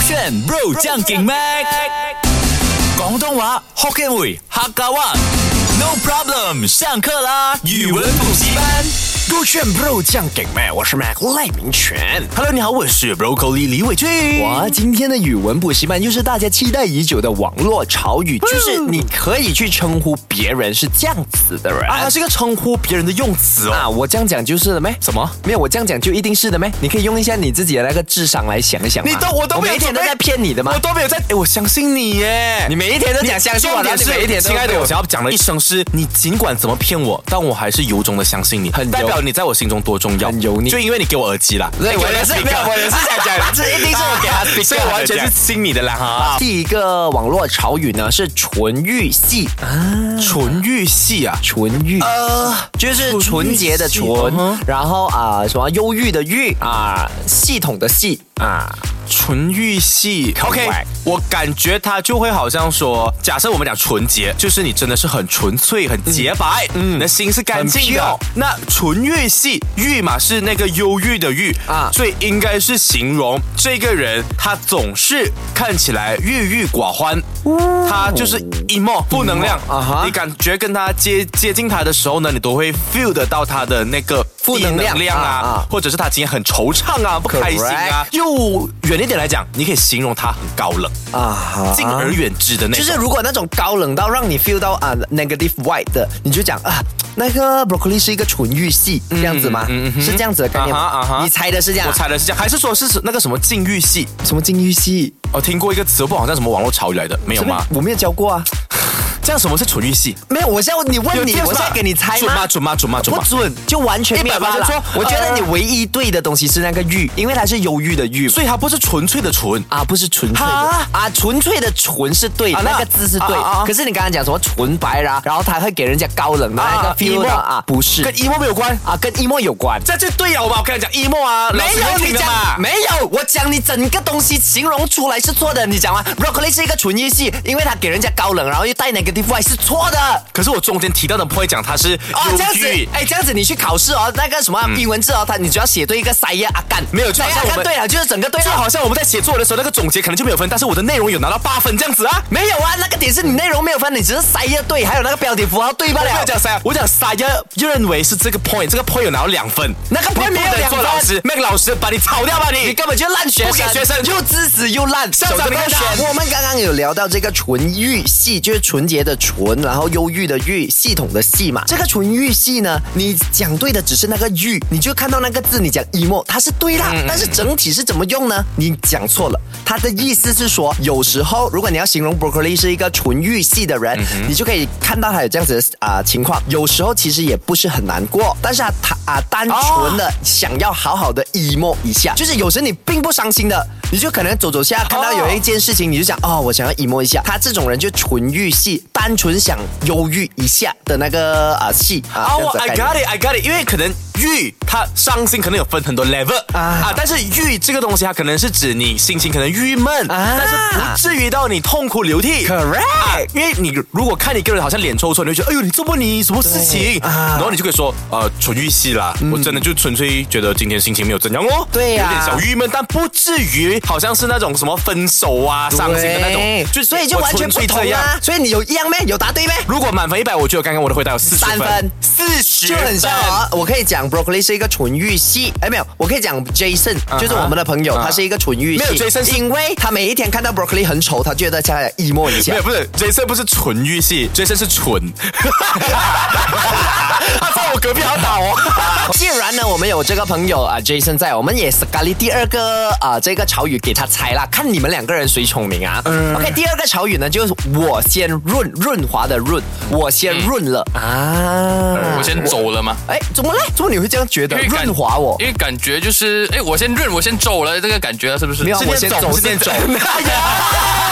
选 Bro 将劲 Mac，广东话 Hokkien 语客家话。No problem，上课啦！语文补习班。勾选 Bro 酱给麦，我是 Mac 赖明全。 Hello，你好，我是 Broccoli 李伟俊。哇，今天的语文补习班又是大家期待已久的网络潮语，就是你可以去称呼别人是这样子的人啊，啊是个称呼别人的用词哦。我这样讲就是了没？什么？没有，我这样讲就一定是的没？你可以用一下你自己的那个智商来想一想嘛。你都我都我没有每一天都准备在骗你的吗我？都没有在，哎，我相信你耶。你每一天都讲相信我，重然点后是你每一天都亲爱的，对我想要讲的一生是，你尽管怎么骗我，但我还是由衷的相信你，很油代表你在我心中多重要，很油腻就因为你给我耳机啦，对我也是没有我也是想 讲这一定是我给他 speaker 所以我完全的这是样信你的啦哈。第一个网络潮语呢是纯欲系，纯欲系啊，纯欲。呃，就是纯纯欲洁的系纯嗯哼，然后啊、什么忧郁的郁啊、系统的系啊、纯欲系，OK， Correct 我感觉他就会好像说，假设我们讲纯洁，就是你真的是很纯粹、很洁白，嗯，你的心是干净很的 pure。那纯欲系，欲嘛是那个忧郁的郁啊啊，所以应该是形容这个人他总是看起来郁郁寡欢，他就是 emo 负能量哦啊哈你感觉跟他接接近他的时候呢，你都会 feel 得到他的那个负低能量啊啊啊，或者是他今天很惆怅啊，不开心啊 Correct。又远一点来讲，你可以形容他很高冷，啊哈，敬而远之的那就种。是如果那种高冷到让你 feel 到啊 negative white 的，你就讲啊，那个 broccoli 是一个纯欲系这样子吗？嗯嗯嗯是这样子的概念吗？啊哈啊哈你猜的是这样啊？我猜的是这样，还是说是那个什么禁欲系？什么禁欲系？我听过一个词，我不好像什么网络潮语来的，没有什么吗？我没有教过啊，这样什么是纯欲系？没有。我现在你有问你这，样我是现吧在给你猜准吗？吗？准吗？准吗？准不吗？准，就完全没有办法100%就说我觉得呃你唯一对的东西是那个郁，因为它是忧郁的郁。所以它不是纯粹的纯。啊，不是纯粹的哈啊，纯粹的纯是对，啊那那个字是对。啊啊啊可是你刚刚讲什么纯白啦，然后它会给人家高冷的那个啊 feel 呢 emo 啊，不是跟 emo 没有关，啊，跟 emo 有关。这就对了我吧。我跟你讲，emo 啊，老没师有会你听的讲，嘛。没有我讲你整个东西形容出来是错的。你讲完 broccoli 是一个纯欲系，因为它给人家高冷，然后又带 negative y 是错的。可是我中间提到的 point 讲他是哦，忧这样子郁，，哎，这样子你去考试哦，那个什么英文字哦，它你只要写对一个塞耶阿干，没有就好像塞耶阿我们干对了，就是整个对就了。好像我们在写作文的时候，那个总结可能就没有分，但是我的内容有拿到八分这样子啊。没有啊，那个点是你内容没有分，你只是塞耶对，还有那个标点符号对啊罢我没了有。讲塞，我讲塞呀，认为是这个 point，这个 point 有拿到两分，那个 point 你不能没有两做分老师，Mac 老师把你炒掉吧你你。根本就烂学不生，给学生又自私又烂。校长手这么你看烂他我们刚刚有聊到这个纯欲系，就是纯洁的纯，然后忧郁的郁，系统的系嘛。这个纯欲系呢，你讲对的只是那个欲，你就看到那个字，你讲 emo，它是对啦，但是整体是怎么用呢？你讲错了，它的意思是说，有时候如果你要形容 broccoli 是一个纯欲系的人，你就可以看到他有这样子的啊、情况。有时候其实也不是很难过，但是他他啊、单纯的想要好好的 emo 一下，就是有时你并不伤心的，你就可能走走下，看到有一件事情，你就想哦，我想要 emo 一下。他这种人就纯欲系，单纯想忧郁一下的那个啊系啊，啊，这样我子的 I 概 got 念。 it, I got it，因为可能郁它伤心可能有分很多 level 啊啊但是郁这个东西它可能是指你心情可能郁闷，啊但是不至于到你痛哭流涕。 Correct 啊因为你如果看你个人好像脸抽抽，你会觉得哎呦你做不你什么事情，啊嗯然后你就可以说呃纯欲系啦，我真的就纯粹觉得今天心情没有怎样哦，对呀有点小郁闷，但不至于好像是那种什么分手啊伤心的那种对，所以就我完纯全不粹同这样。啊！所以你有一样咩？有答对咩？如果满分一百，我觉得刚刚我的回答有四十三分四十就很像分啊、我可以讲 broccoli 是一个纯欲系，哎没有，我可以讲 Jason 哈就是我们的朋友啊他是一个纯欲系，没有，Jason 是因为他每一天看到 broccoli 很丑，他觉得他 emo 一下没有，。不是 Jason 不是纯欲系，Jason 是蠢。 他在我隔壁还要打我。既然呢，我们有这个朋友啊，Jason 在，我们也 s c a l 第二个啊，这个潮语给他猜啦，看你们两个人谁聪明啊。OK，第二个潮语呢，就是我先润润滑的润，我先润了、啊。我先走了嘛。哎，怎么了？怎么你会这样觉得？因为感润滑我因为感觉就是，哎，我先润，我先走了，这个感觉是不是？没有啊，是我先走，是念是走念走 哎呀。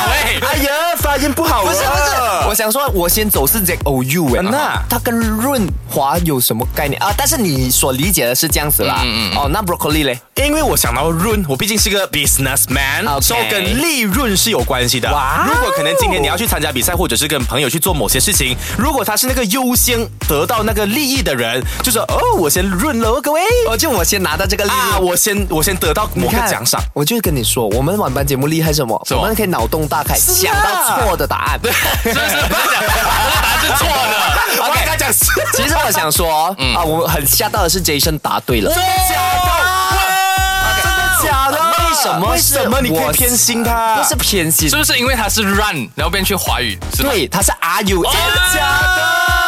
喂，哎呀，发音不好啊不是 不是，我想说，我先走是 Z O U 哎、嗯呐它跟润滑有什么概念啊？但是你所理解的是这样子啦。哦，那 broccoli 嘞？因为我想到润，我毕竟是个 businessman， OK 所以跟利润是有关系的。哇哦如果可能今天你要去参加比赛，或者是跟朋友去做某些事情，如果他是那个优先得到那个利益的人，就说哦，我先润了哦，各位。哦，就我先拿到这个利润。啊，我先我先得到某你个看奖赏。，我就跟你说，我们晚班节目厉害什么？么我们可以脑洞大开，是想啊到错的答案。是啊不是？不要讲，我的答案是错的。嗯我跟他讲是其实我想说，啊，我们很吓到的是 Jason 答对了。哎真的假的？为什么为是什么你可以我偏心他？不是偏心是，不是因为它是 run，然后变去华语？是吗，对，他是 R U，真哦假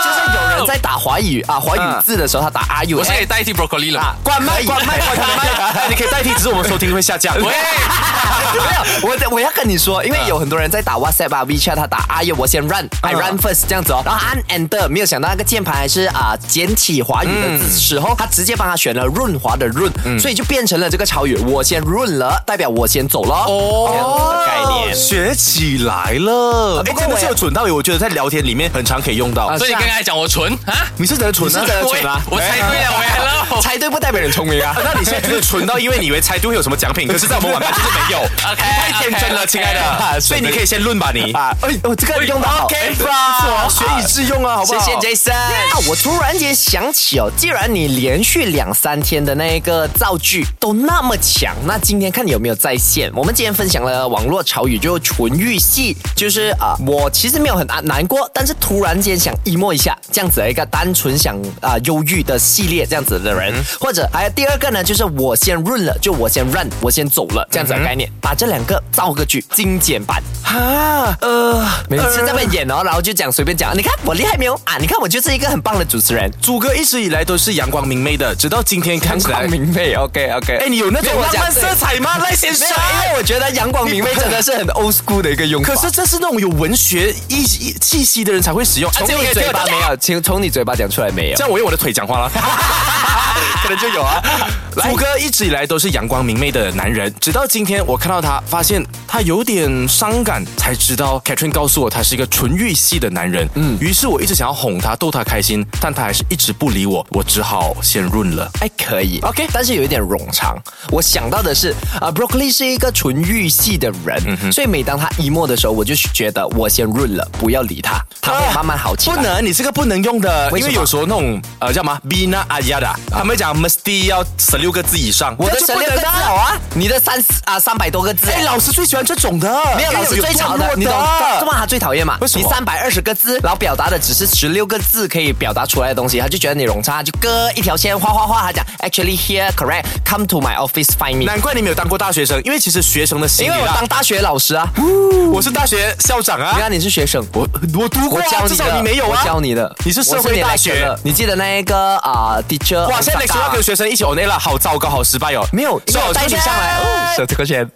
就是有人在打华语啊华语字的时候，他打 R U，哎我是可以代替 broccoli 了啊吗。，关麦关麦关麦。的？哎，你可以代替，只是我们收听会下降。喂， 没有，我我要跟你说，因为有很多人在打 WhatsApp 啊、WeChat，他打啊，我先 run，I 嗯 run first 这样子哦，然后按 Enter，没有想到那个键盘还是啊、简体华语的时嗯候，他直接帮他选了润滑的润，所以就变成了这个潮语，我先润了，代表我先走了哦，这样子的概念。学起来了，哎，不过真的我是也有准到有，我觉得在聊天里面很常可以用到啊。所以你刚才讲我蠢啊？你是真的蠢啊？你是真的 蠢啊我我猜对了，我 hello。猜对不代表你聪明啊啊。 那你现在就是蠢到，因为你以为猜对会有什么奖品，可是在我们晚班就是没有。 OK，太天真了，亲爱的，所以你可以先论吧你。啊，哎，我这个用到好。哎 OK 吧，学以致用啊，好不谢好？谢 Jason。啊，我突然间想起哦，既然你连续两三天的那个造句都那么强，那今天看你有没有在线。我们今天分享了网络潮语，就纯欲系，就是啊、我其实没有很啊难过，但是突然间想 emo 一下，这样子的一个单纯想啊、忧郁的系列这样子的人，或者还有第二个呢，就是我先润了，就我先 run，我先走了这样子的概念，把这两个造个句，精简版。啊，呃，每次在那边演哦，然后就讲随便讲，你看我厉害没有啊？你看我就是一个很棒的主持人，朱哥一直以来都是阳光明媚的，直到今天看起来，明媚，OK 哦 OK。哎，你有那没种有我浪讲漫对色彩吗，赖先生没？有，啊因为我觉得阳光明媚真的是很 old school 的一个用法。可是这是那种有文学意意气息的人才会使用。从啊你哎嘴巴这没，个有，请从你嘴巴讲出来没有这？样我用我的腿讲话了。 可能就有啊。朱哥一直以来都是阳光明媚的男人，直到今天我看到他，发现他有点伤感，才知道 Catherine 告诉我他是一个纯欲系的男人。嗯，于是我一直想要哄他，逗他开心，但他还是一直不理我，我只好先润了。哎，可以，OK，但是有一点冗长。我想到的是，啊、b r o c c o l i 是一个纯欲系的人，所以每当他 emo 的时候，我就觉得我先润了，不要理他，他会慢慢好起来。不能，你这个不能用的，为因什为么有时候那种呃叫什么 Bina Ayada，、他们讲 Musty 要十六个字以上，我我的十六个字好啊，你的三啊三百多个字。哎，老师最喜欢这种的，哎没有，因为老师最吵段的落，你懂知道吗？他最讨厌嘛？为什么你三百二十个字，然后表达的只是十六个字可以表达出来的东西，他就觉得你冗长，他就割一条线，画画画，他讲 actually here correct come to my office find me。难怪你啊没有当过大学生，因为其实学生的心因理为我啊，当大学老师啊，嗯我是大学校长啊原，来你是学生，我我读过我啊，教至你的，少你没有啊，我教你的，你是社会大学我是你 lecturer 你记得那个啊 teacher？哇，现在 Osaka 学要跟学生一起 on air 了，好糟糕，好失败哦，没有，因最为好我带你上来，哦，手这个圈。